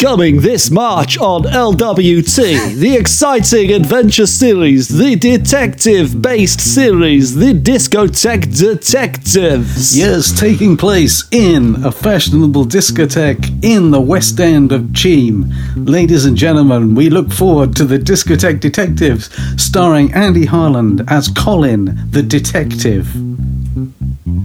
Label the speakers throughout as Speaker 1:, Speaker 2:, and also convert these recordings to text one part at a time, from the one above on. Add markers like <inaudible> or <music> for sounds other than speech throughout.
Speaker 1: Coming this March on LWT, the exciting adventure series, the detective based series, The Discotheque Detectives.
Speaker 2: Yes, taking place in a fashionable discotheque in the West End of Cheam. Ladies and gentlemen, we look forward to The Discotheque Detectives, starring Andy Harland as Colin the Detective.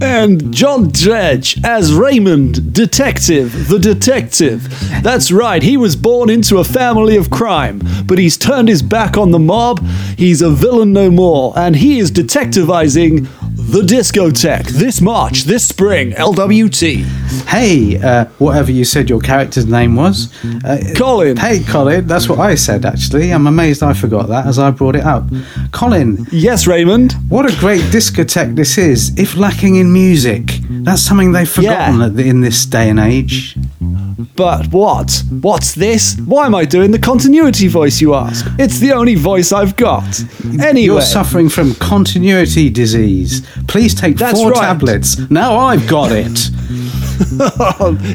Speaker 1: And John Dredge as Raymond Detective, the detective. That's right, he was born into a family of crime, but he's turned his back on the mob, he's a villain no more, and he is detectivizing the discotheque this March, this spring, LWT.
Speaker 2: Hey, uh, whatever you said your character's name was. Uh,
Speaker 1: Colin.
Speaker 2: Hey, Colin, that's what I said actually. I'm amazed I forgot that as I brought it up. Colin,
Speaker 1: Yes, Raymond?
Speaker 2: what a great discotheque this is, if lacking in music. That's something they've forgotten
Speaker 1: Yeah.
Speaker 2: at the- in this day and age.
Speaker 1: But what? What's this? Why am I doing the continuity voice, you ask? It's the only voice I've got. Anyway.
Speaker 2: You're suffering from continuity disease. Please take
Speaker 1: That's
Speaker 2: four
Speaker 1: right.
Speaker 2: tablets. Now I've got it.
Speaker 1: <laughs>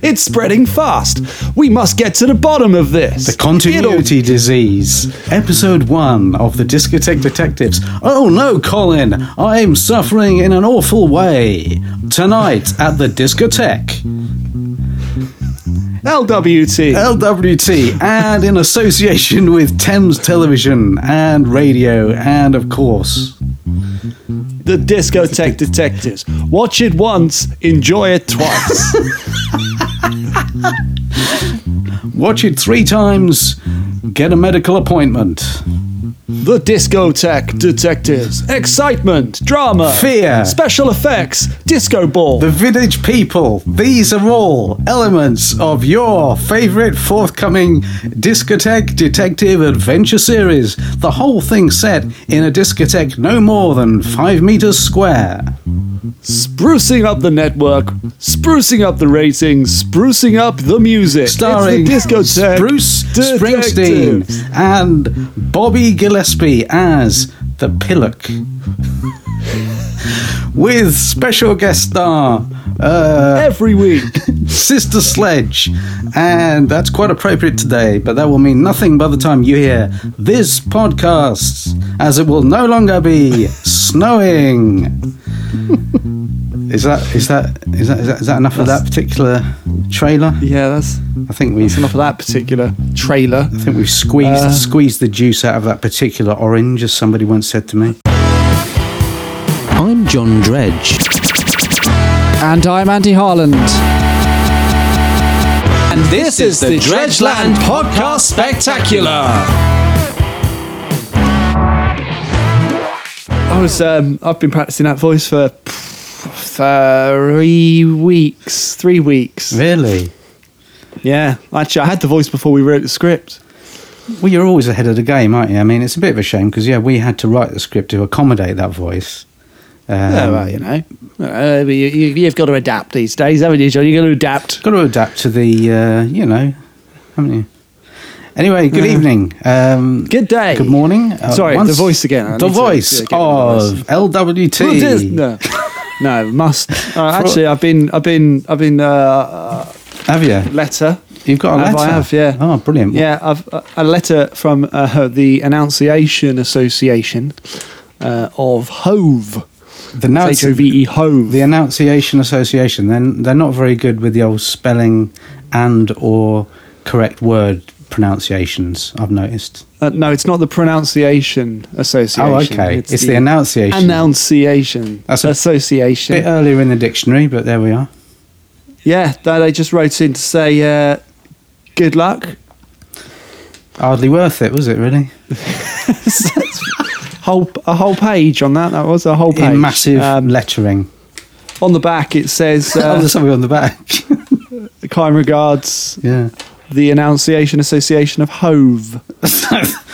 Speaker 1: it's spreading fast. We must get to the bottom of this.
Speaker 2: The continuity disease. Episode one of the Discotheque Detectives. Oh no, Colin, I'm suffering in an awful way. Tonight at the discotheque,
Speaker 1: It'll- LWT.
Speaker 2: LWT, and in association with Thames Television and radio, and of course,
Speaker 1: the Discotheque Detectives. Watch it once, enjoy it
Speaker 2: <laughs>
Speaker 1: twice.
Speaker 2: watch it three times, get a medical appointment.
Speaker 1: the Discotheque Detectives. Excitement, drama,
Speaker 2: Fear.
Speaker 1: special effects, disco ball.
Speaker 2: The village people, these are all elements of your favourite forthcoming discotheque detective adventure series. The whole thing set in a discotheque no more than five metres square.
Speaker 1: sprucing up the network, sprucing up the ratings, sprucing up the music.
Speaker 2: Starring
Speaker 1: it's the Discotheque
Speaker 2: Bruce
Speaker 1: Detectives.
Speaker 2: Springsteen and Bobby Gillespie as the Pillock. <laughs> With special guest star. Uh,
Speaker 1: Every week.
Speaker 2: Sister Sledge. And that's quite appropriate today, but that will mean nothing by the time you hear this podcast, as it will no longer be snowing. is that is that is that is that, is that enough of that particular trailer?
Speaker 1: Yeah, that's
Speaker 2: I think we've
Speaker 1: enough of that particular trailer.
Speaker 2: I think we've squeezed
Speaker 1: Uh,
Speaker 2: squeezed the juice out of that particular orange, as somebody once said to me.
Speaker 3: I'm John Dredge.
Speaker 4: And I'm Andy Harland.
Speaker 3: And this is the Dredgeland Podcast Spectacular.
Speaker 1: I was um, I've been practicing that voice for three weeks. Three weeks.
Speaker 2: Really?
Speaker 1: Yeah. Actually I had the voice before we wrote the script.
Speaker 2: Well, you're always ahead of the game, aren't you? I mean, it's a bit of a shame because yeah, we had to write the script to accommodate that voice. Um,
Speaker 1: yeah, well, you know. Uh, you, you, you've got to adapt these days, haven't you, John? You've got to
Speaker 2: <laughs>
Speaker 1: adapt.
Speaker 2: Got to adapt to the, uh, you know, haven't you? Anyway, good evening. Um,
Speaker 1: Good day.
Speaker 2: Good morning. Uh,
Speaker 1: Sorry, the voice again. I
Speaker 2: The
Speaker 1: need to-
Speaker 2: voice
Speaker 1: yeah, get rid of
Speaker 2: of LWT.
Speaker 1: Well, dis- <laughs> no, no,
Speaker 2: <laughs>
Speaker 1: must. Uh, actually, I've been, I've been, I've been. Uh, uh,
Speaker 2: Have you?
Speaker 1: letter.
Speaker 2: You've got a
Speaker 1: Have I
Speaker 2: letter?
Speaker 1: have, yeah.
Speaker 2: Oh, brilliant.
Speaker 1: Yeah, I've uh, a letter from uh, the Annunciation Association uh, of Hove.
Speaker 2: The, now
Speaker 1: H O V E Hove.
Speaker 2: the Annunciation Association, then they're not very good with the old spelling and or correct word pronunciations, I've noticed.
Speaker 1: Uh, no, it's not the Pronunciation Association.
Speaker 2: Oh, okay. It's, the, Annunciation.
Speaker 1: Annunciation
Speaker 2: That's a
Speaker 1: Association.
Speaker 2: bit earlier in the dictionary, but there we are.
Speaker 1: yeah, that they just wrote in to say uh, good luck.
Speaker 2: Hardly worth it, was it really?
Speaker 1: <laughs> Whole, a whole page on that. That was a whole page.
Speaker 2: In massive
Speaker 1: Um,
Speaker 2: lettering.
Speaker 1: on the back, it
Speaker 2: <laughs>
Speaker 1: says
Speaker 2: oh,
Speaker 1: uh,
Speaker 2: there's something on the back. <laughs>
Speaker 1: kind regards
Speaker 2: yeah. <laughs>
Speaker 1: the Annunciation Association of Hove.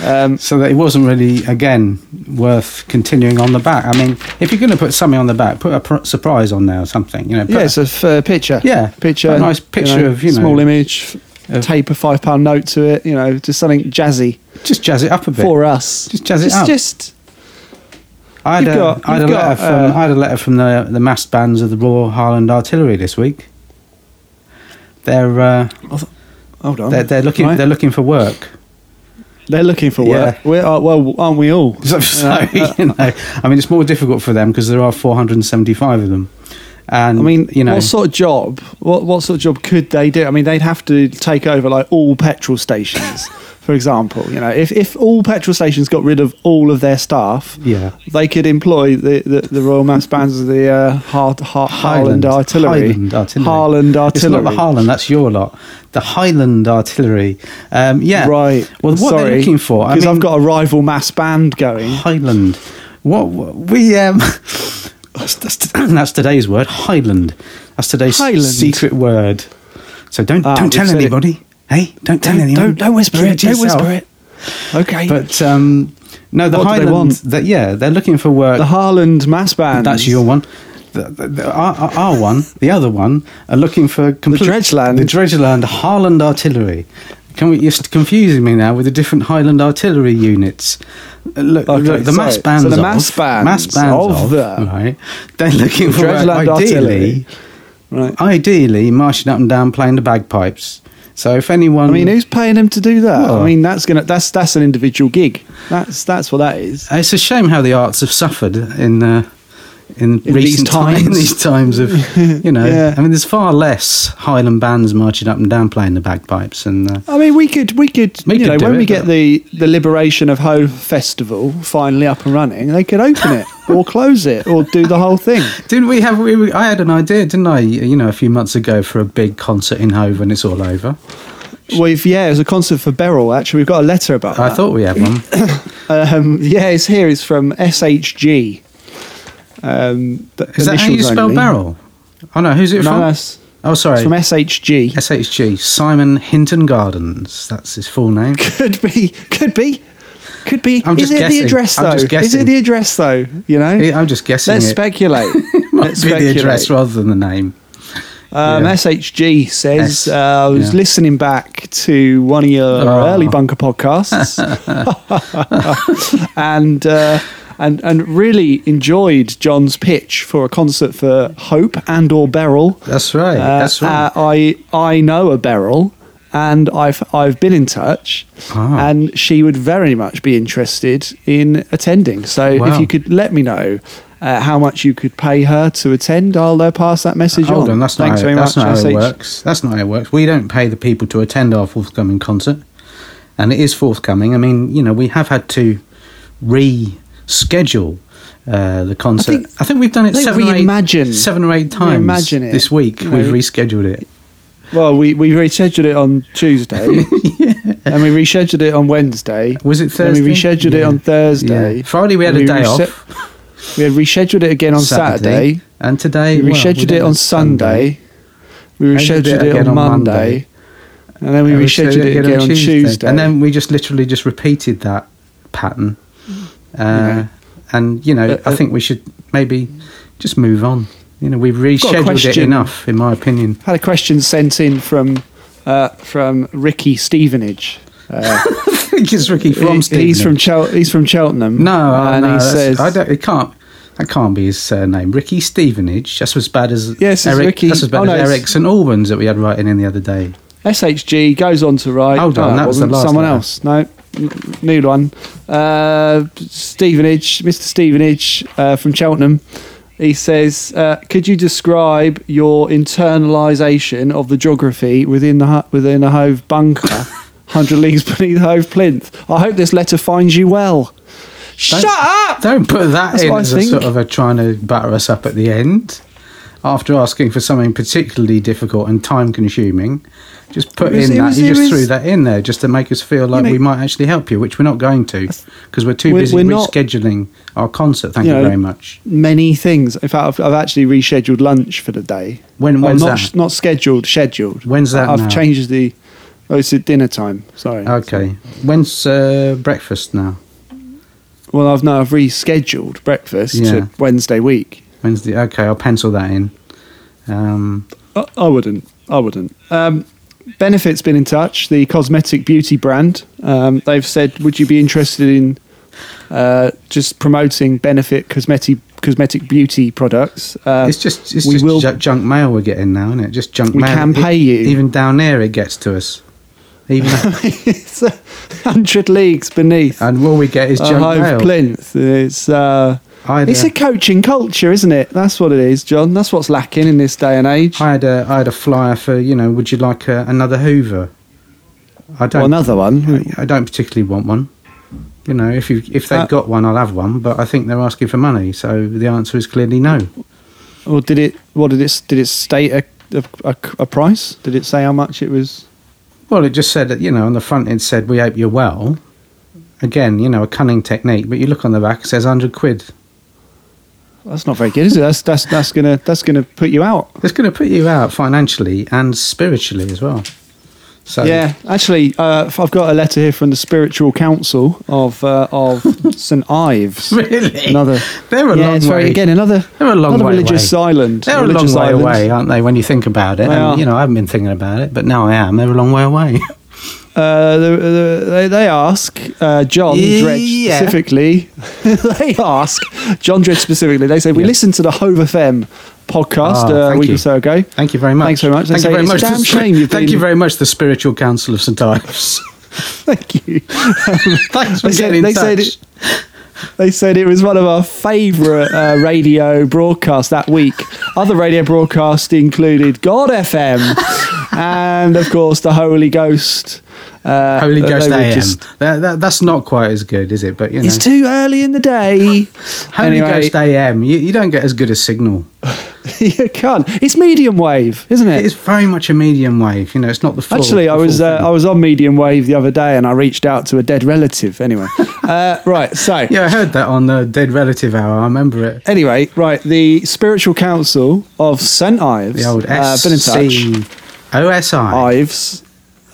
Speaker 1: um,
Speaker 2: So that it wasn't really, again, worth continuing on the back. I mean, if you're going to put something on the back, put a pr- surprise on there or something. You know. Put
Speaker 1: yeah, it's a f- uh, picture.
Speaker 2: Yeah,
Speaker 1: picture.
Speaker 2: a nice picture of, you know,
Speaker 1: small image.
Speaker 2: of-
Speaker 1: tape a five pound note to it. You know, just something jazzy
Speaker 2: just jazz it up a bit.
Speaker 1: for us.
Speaker 2: Just jazz it
Speaker 1: just,
Speaker 2: up.
Speaker 1: Just
Speaker 2: I had,
Speaker 1: you've
Speaker 2: a,
Speaker 1: got-
Speaker 2: I had a
Speaker 1: you've
Speaker 2: letter
Speaker 1: got,
Speaker 2: from
Speaker 1: uh,
Speaker 2: I had a letter from the the massed bands of the Royal Highland Artillery this week. They're uh,
Speaker 1: Hold on.
Speaker 2: They're, they're looking.
Speaker 1: Oh, Right?
Speaker 2: They're looking for work. <laughs>
Speaker 1: They're looking for work.
Speaker 2: Yeah.
Speaker 1: We are, well, aren't we all?
Speaker 2: So, so,
Speaker 1: Uh,
Speaker 2: you know, I mean, it's more difficult for them because there are 475 of them. And
Speaker 1: I mean,
Speaker 2: you know,
Speaker 1: what sort of job? What what sort of job could they do? I mean, they'd have to take over like all petrol
Speaker 2: <laughs>
Speaker 1: stations, for example. You know, if if all petrol stations got rid of all of their staff,
Speaker 2: Yeah.
Speaker 1: they could employ the, the, the Royal Mass Bands of the uh, Har- Har- Harland Artillery,
Speaker 2: Highland Artillery.
Speaker 1: Harland
Speaker 2: It's not the
Speaker 1: Artillery.
Speaker 2: Harland. That's your lot. The Highland Artillery. Um, yeah.
Speaker 1: Right.
Speaker 2: Well, what
Speaker 1: Sorry,
Speaker 2: they're looking for? I
Speaker 1: Because
Speaker 2: mean,
Speaker 1: I've got a rival mass band going.
Speaker 2: Highland. What, what we um. <laughs> That's, that's, <clears throat> that's today's word. Highland. That's today's
Speaker 1: Highland.
Speaker 2: secret word. So don't
Speaker 1: Ah,
Speaker 2: don't tell
Speaker 1: we've said it.
Speaker 2: anybody. Hey, don't tell
Speaker 1: Don't-
Speaker 2: anyone.
Speaker 1: don't- don't whisper
Speaker 2: Keep
Speaker 1: it,
Speaker 2: to
Speaker 1: don't whisper
Speaker 2: yourself.
Speaker 1: it. Okay. But
Speaker 2: But um, no, the
Speaker 1: What do they
Speaker 2: Highland.
Speaker 1: want?
Speaker 2: that- yeah, they're looking for work.
Speaker 1: the Harland mass band.
Speaker 2: That's your one. The, the, the, our, our- our one, the other one, are looking for complete,
Speaker 1: Dredgeland.
Speaker 2: the Dredgeland Highland Artillery. Can we, you're st- confusing me now with the different Highland Artillery units. Uh, Look,
Speaker 1: Okay,
Speaker 2: look, the mass
Speaker 1: sorry.
Speaker 2: bands.
Speaker 1: So the
Speaker 2: of-
Speaker 1: mass bands
Speaker 2: mass bands
Speaker 1: of
Speaker 2: of,
Speaker 1: the-
Speaker 2: right. They're looking for work,
Speaker 1: Dredgeland
Speaker 2: ideally,
Speaker 1: Artillery. Right.
Speaker 2: ideally marching up and down playing the bagpipes. So if anyone,
Speaker 1: I mean, who's paying him to do that?
Speaker 2: Well-
Speaker 1: I mean, that's gonna that's that's an individual gig. That's that's what that is.
Speaker 2: It's a shame how the arts have suffered in uh, in,
Speaker 1: In these
Speaker 2: recent times. <laughs> in
Speaker 1: times.
Speaker 2: these times of you know,
Speaker 1: Yeah.
Speaker 2: I mean, there's far less Highland bands marching up and down playing the bagpipes, and uh,
Speaker 1: I mean, we could we could
Speaker 2: We
Speaker 1: you
Speaker 2: could
Speaker 1: know
Speaker 2: do
Speaker 1: when
Speaker 2: it,
Speaker 1: we get
Speaker 2: but-
Speaker 1: the the liberation of Ho festival finally up and running, they could open
Speaker 2: <laughs>
Speaker 1: it or close it or do the whole thing.
Speaker 2: didn't we have? We, we, I had an idea, didn't I? You know, a few months ago for a big concert in Hove when it's all over.
Speaker 1: We've yeah, it was a concert for Beryl. Actually, we've got a letter about
Speaker 2: I
Speaker 1: that.
Speaker 2: thought we had one.
Speaker 1: <coughs> Um, yeah, it's here. It's from SHG. Um, the
Speaker 2: Is that how you
Speaker 1: initials
Speaker 2: spell
Speaker 1: only.
Speaker 2: barrel? Oh no, who's it
Speaker 1: No,
Speaker 2: from?
Speaker 1: that's
Speaker 2: oh,
Speaker 1: it's
Speaker 2: sorry.
Speaker 1: from SHG.
Speaker 2: SHG Simon Hinton Gardens. That's his full name.
Speaker 1: Could be, could be, could be.
Speaker 2: I'm
Speaker 1: Is
Speaker 2: just
Speaker 1: it
Speaker 2: guessing.
Speaker 1: the address
Speaker 2: I'm
Speaker 1: though?
Speaker 2: just
Speaker 1: Is it
Speaker 2: guessing.
Speaker 1: the address though? You know,
Speaker 2: I'm just guessing.
Speaker 1: Let's
Speaker 2: it.
Speaker 1: speculate.
Speaker 2: <laughs> Might
Speaker 1: Let's
Speaker 2: be the
Speaker 1: speculate.
Speaker 2: address rather than the name.
Speaker 1: Um,
Speaker 2: yeah.
Speaker 1: SHG says
Speaker 2: S,
Speaker 1: uh, I was
Speaker 2: yeah.
Speaker 1: listening back to one of your
Speaker 2: Oh.
Speaker 1: early bunker
Speaker 2: <laughs>
Speaker 1: podcasts, and uh, and and really enjoyed John's pitch for a concert for Hope and or Beryl.
Speaker 2: That's right.
Speaker 1: Uh,
Speaker 2: that's right.
Speaker 1: uh, I I know a Beryl, and I've I've been in touch,
Speaker 2: Ah.
Speaker 1: and she would very much be interested in attending. So if
Speaker 2: Wow.
Speaker 1: you could let me know. Uh, how much you could pay her to attend? I'll uh, pass that message
Speaker 2: Hold on, that's not
Speaker 1: Thanks
Speaker 2: how,
Speaker 1: very
Speaker 2: that's
Speaker 1: much.
Speaker 2: not how it
Speaker 1: SH.
Speaker 2: works. That's not how it works. We don't pay the people to attend our forthcoming concert, and it is forthcoming. I mean, you know, we have had to reschedule uh, the concert. I
Speaker 1: think-
Speaker 2: think, we've done it
Speaker 1: I think
Speaker 2: seven or,
Speaker 1: reimagine-
Speaker 2: eight, seven or eight times
Speaker 1: reimagine it,
Speaker 2: this week.
Speaker 1: you
Speaker 2: We've
Speaker 1: know.
Speaker 2: rescheduled it.
Speaker 1: Well, we, we rescheduled it on Tuesday,
Speaker 2: <laughs>
Speaker 1: and we rescheduled it on Wednesday.
Speaker 2: Was it Thursday?
Speaker 1: Then we rescheduled it
Speaker 2: Yeah.
Speaker 1: on Thursday.
Speaker 2: Yeah. Friday we had
Speaker 1: Then
Speaker 2: a day
Speaker 1: resche-
Speaker 2: off.
Speaker 1: We had rescheduled it again on Saturday.
Speaker 2: and today
Speaker 1: We
Speaker 2: well,
Speaker 1: rescheduled
Speaker 2: did
Speaker 1: it on Sunday. We
Speaker 2: And we did
Speaker 1: rescheduled
Speaker 2: it
Speaker 1: it on
Speaker 2: again on
Speaker 1: Monday.
Speaker 2: Monday.
Speaker 1: And then we
Speaker 2: And
Speaker 1: rescheduled it again on Tuesday.
Speaker 2: And then we just literally just repeated that pattern. Uh,
Speaker 1: Mm-hmm. Yeah.
Speaker 2: And, you know,
Speaker 1: Uh, uh,
Speaker 2: I think we should maybe just move on. You know, we've rescheduled it
Speaker 1: question.
Speaker 2: enough, in my
Speaker 1: <laughs>
Speaker 2: opinion.
Speaker 1: had a question sent in from uh, from Ricky Stevenage. Uh,
Speaker 2: <laughs> I think it's Ricky from
Speaker 1: he- he's from
Speaker 2: Stevenage.
Speaker 1: Chel- he's from Cheltenham.
Speaker 2: No, oh,
Speaker 1: and
Speaker 2: no,
Speaker 1: he
Speaker 2: that's-
Speaker 1: says
Speaker 2: I don't, it can't. That can't be his surname. Ricky Stevenage. That's as bad as
Speaker 1: Yes, it's
Speaker 2: Eric.
Speaker 1: Ricky-
Speaker 2: That's as bad
Speaker 1: oh, no,
Speaker 2: as
Speaker 1: it's-
Speaker 2: Eric St Albans that we had writing in the other day.
Speaker 1: SHG goes on to write.
Speaker 2: Hold on,
Speaker 1: no,
Speaker 2: that was the
Speaker 1: wasn't.
Speaker 2: last
Speaker 1: someone
Speaker 2: letter.
Speaker 1: else. No, n- new one. Uh, Stevenage, Mr. Stevenage uh, from Cheltenham. He says, uh, "Could you describe your internalisation of the geography within the hu- within a Hove
Speaker 2: <laughs>
Speaker 1: bunker, hundred leagues beneath Hove plinth? I hope this letter finds you well." Shut up!
Speaker 2: Don't put that
Speaker 1: That's
Speaker 2: in
Speaker 1: what I
Speaker 2: as a
Speaker 1: think.
Speaker 2: sort of a trying to batter us up at the end. After asking for something particularly difficult and time consuming, just put
Speaker 1: It was-
Speaker 2: in
Speaker 1: it
Speaker 2: that.
Speaker 1: was-
Speaker 2: you
Speaker 1: it
Speaker 2: just
Speaker 1: was-
Speaker 2: threw that in there just to make us feel like
Speaker 1: know-
Speaker 2: we might actually help you, which we're not going to because we're too
Speaker 1: We're-
Speaker 2: busy
Speaker 1: we're not-
Speaker 2: rescheduling our concert. Thank
Speaker 1: You
Speaker 2: you,
Speaker 1: know-
Speaker 2: very much.
Speaker 1: Many things. In fact, I've, I've actually rescheduled lunch for the day.
Speaker 2: When-
Speaker 1: Well,
Speaker 2: when's
Speaker 1: not,
Speaker 2: that?
Speaker 1: Not scheduled. Scheduled.
Speaker 2: When's that
Speaker 1: I've
Speaker 2: now?
Speaker 1: changed the. Oh, it's at dinner time. Sorry.
Speaker 2: Okay. When's uh, breakfast now?
Speaker 1: Well, I've now I've rescheduled breakfast
Speaker 2: Yeah.
Speaker 1: to Wednesday week.
Speaker 2: When's the. Okay, I'll pencil that in. Um,
Speaker 1: I, I wouldn't. I wouldn't. Um, Benefit's been in touch. The cosmetic beauty brand. Um, they've said, would you be interested in uh, just promoting Benefit cosmetic cosmetic beauty products? Um,
Speaker 2: it's just it's
Speaker 1: we
Speaker 2: just
Speaker 1: will-
Speaker 2: ju- junk mail we're getting now, isn't it? Just junk
Speaker 1: We
Speaker 2: mail.
Speaker 1: can
Speaker 2: It-
Speaker 1: pay you.
Speaker 2: even down there, it gets to us.
Speaker 1: <laughs>
Speaker 2: Even though-
Speaker 1: <laughs> it's a hundred leagues beneath
Speaker 2: and all we get is
Speaker 1: a
Speaker 2: junk
Speaker 1: hive
Speaker 2: mail.
Speaker 1: plinth. It's uh,
Speaker 2: I had,
Speaker 1: Oh, it's
Speaker 2: a-
Speaker 1: a coaching culture, isn't it? That's what it is, John. That's what's lacking in this day and age.
Speaker 2: I had a I had a flyer for you know. Would you like uh, another Hoover? I
Speaker 1: Or
Speaker 2: don't.
Speaker 1: another one.
Speaker 2: I don't particularly want one. You know, if you if they've
Speaker 1: Uh,
Speaker 2: got one, I'll have one. But I think they're asking for money, so the answer is clearly no.
Speaker 1: Or did it? What did it? Did it state a, a, a, a price? Did it say how much it was?
Speaker 2: Well, it just said that you know on the front it said we hope you're well. Again, you know, a cunning technique. But you look on the back, it says hundred quid.
Speaker 1: That's not very good, is it? That's that's that's gonna that's gonna put you out.
Speaker 2: It's going to put you out financially and spiritually as well. So
Speaker 1: Yeah, actually, uh, I've got a letter here from the Spiritual Council of uh,
Speaker 2: <laughs>
Speaker 1: of St Ives.
Speaker 2: <laughs> really,
Speaker 1: Another.
Speaker 2: they're a
Speaker 1: yeah,
Speaker 2: long
Speaker 1: it's very-
Speaker 2: way.
Speaker 1: again another
Speaker 2: They're a long
Speaker 1: another
Speaker 2: way
Speaker 1: religious
Speaker 2: away.
Speaker 1: island.
Speaker 2: They're a long
Speaker 1: religious
Speaker 2: way
Speaker 1: island.
Speaker 2: away, aren't they? When you think about it,
Speaker 1: They are.
Speaker 2: and, you know, I haven't been thinking about it, but now I am. They're a long
Speaker 1: <laughs>
Speaker 2: way away.
Speaker 1: Uh, the, the, they, they ask uh, John Dredge
Speaker 2: Yeah.
Speaker 1: specifically. <laughs> they ask John Dredge specifically. They say we listened to the Hove FM podcast
Speaker 2: Oh,
Speaker 1: uh, a
Speaker 2: thank
Speaker 1: week
Speaker 2: you.
Speaker 1: or so ago.
Speaker 2: Thank you very much.
Speaker 1: Thanks very much. They
Speaker 2: Thank you
Speaker 1: say
Speaker 2: very
Speaker 1: it's
Speaker 2: much.
Speaker 1: a damn
Speaker 2: The-
Speaker 1: shame you've
Speaker 2: Thank
Speaker 1: been-
Speaker 2: you very much, the Spiritual Council of St.
Speaker 1: <laughs>
Speaker 2: Ives.
Speaker 1: <laughs> Thank you.
Speaker 2: Thanks for
Speaker 1: They said-
Speaker 2: getting
Speaker 1: they
Speaker 2: in touch.
Speaker 1: said it- They said it was one of our favourite uh, radio broadcasts that week. Other radio broadcasts included God
Speaker 2: <laughs>
Speaker 1: FM and, of course, the Holy Ghost. Uh,
Speaker 2: Holy
Speaker 1: that
Speaker 2: Ghost
Speaker 1: they were
Speaker 2: AM.
Speaker 1: just-
Speaker 2: That, that, that's not quite as good, is it? But you know,
Speaker 1: it's too early in the day.
Speaker 2: Holy
Speaker 1: Anyway,
Speaker 2: Ghost AM. You, you don't get as good a signal.
Speaker 1: <laughs> you can't. It's medium wave, isn't it?
Speaker 2: It's very much a medium wave. You know, it's not the full.
Speaker 1: Actually,
Speaker 2: the
Speaker 1: I was
Speaker 2: full
Speaker 1: uh,
Speaker 2: thing.
Speaker 1: I was on medium wave the other day, and I reached out to a dead relative.
Speaker 2: <laughs>
Speaker 1: Anyway, uh, right. So
Speaker 2: yeah, I heard that on the Dead Relative Hour. I remember it.
Speaker 1: anyway, right. The spiritual council of Saint Ives,
Speaker 2: The old
Speaker 1: uh,
Speaker 2: S
Speaker 1: been in touch.
Speaker 2: C O S I.
Speaker 1: Ives.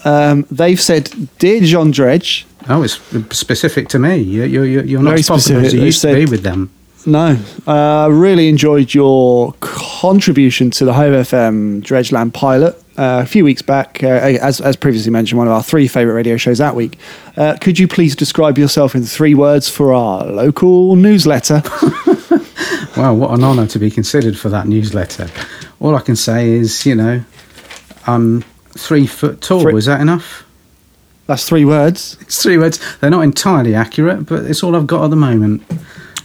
Speaker 1: Um, they've said, dear John Dredge.
Speaker 2: Oh, it's specific to me. You, you, you, you're not
Speaker 1: Very
Speaker 2: as popular
Speaker 1: specific.
Speaker 2: as you
Speaker 1: They
Speaker 2: used to
Speaker 1: said-
Speaker 2: be with them.
Speaker 1: No, uh, really enjoyed your contribution to the Home FM Dredgeland pilot uh, a few weeks back. Uh, as, as previously mentioned, one of our three favourite radio shows that week. Uh, could you please describe yourself in three words for our local newsletter?
Speaker 2: Well, what an honour to be considered for that newsletter. All I can say is, you know, I'm three foot tall.
Speaker 1: Three-
Speaker 2: Was that enough?
Speaker 1: That's three words.
Speaker 2: It's three words. They're not entirely accurate, but it's all I've got at the moment.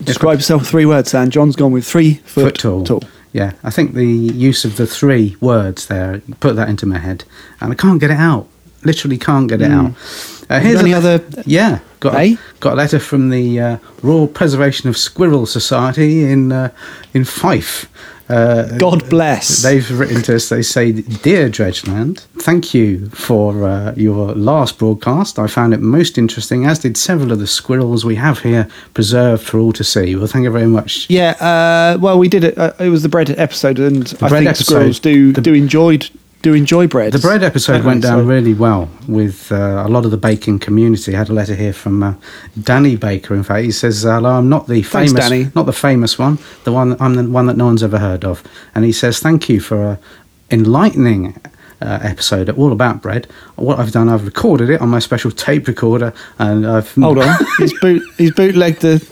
Speaker 1: Describe yourself in three words, and John's gone with three foot,
Speaker 2: Foot tall. Yeah, I think the use of the three words there put that into my head, and I can't get it out. Literally can't get it out. Uh,
Speaker 1: Hmm. Any
Speaker 2: a-
Speaker 1: other-
Speaker 2: Yeah, got
Speaker 1: Eh?
Speaker 2: a, got a letter from the uh, Royal Preservation of Squirrel Society in uh, in Fife. Uh,
Speaker 1: God bless.
Speaker 2: They've written to us. They say, "Dear Dredgeland, thank you for uh, your last broadcast. I found it most interesting, as did several of the squirrels we have here, preserved for all to see." Well, thank you very much.
Speaker 1: Yeah, uh, well, we did it. Uh, it was the bread episode, and I
Speaker 2: bread
Speaker 1: think
Speaker 2: episode.
Speaker 1: squirrels do
Speaker 2: The-
Speaker 1: do enjoyed do enjoy bread.
Speaker 2: The bread episode
Speaker 1: don't
Speaker 2: went
Speaker 1: they?
Speaker 2: down
Speaker 1: So-
Speaker 2: really well with uh, a lot of the baking community. I had a letter here from uh, Danny Baker. In fact, he says, uh, "Hello, I'm not the
Speaker 1: Thanks,
Speaker 2: famous,
Speaker 1: Danny.
Speaker 2: not the famous one. The one I'm the one that no one's ever heard of." And he says, "Thank you for a enlightening." Uh, episode all about bread. What I've done, I've recorded it on my special tape recorder, and I've <laughs>
Speaker 1: Hold on, he's boot he's bootlegged the,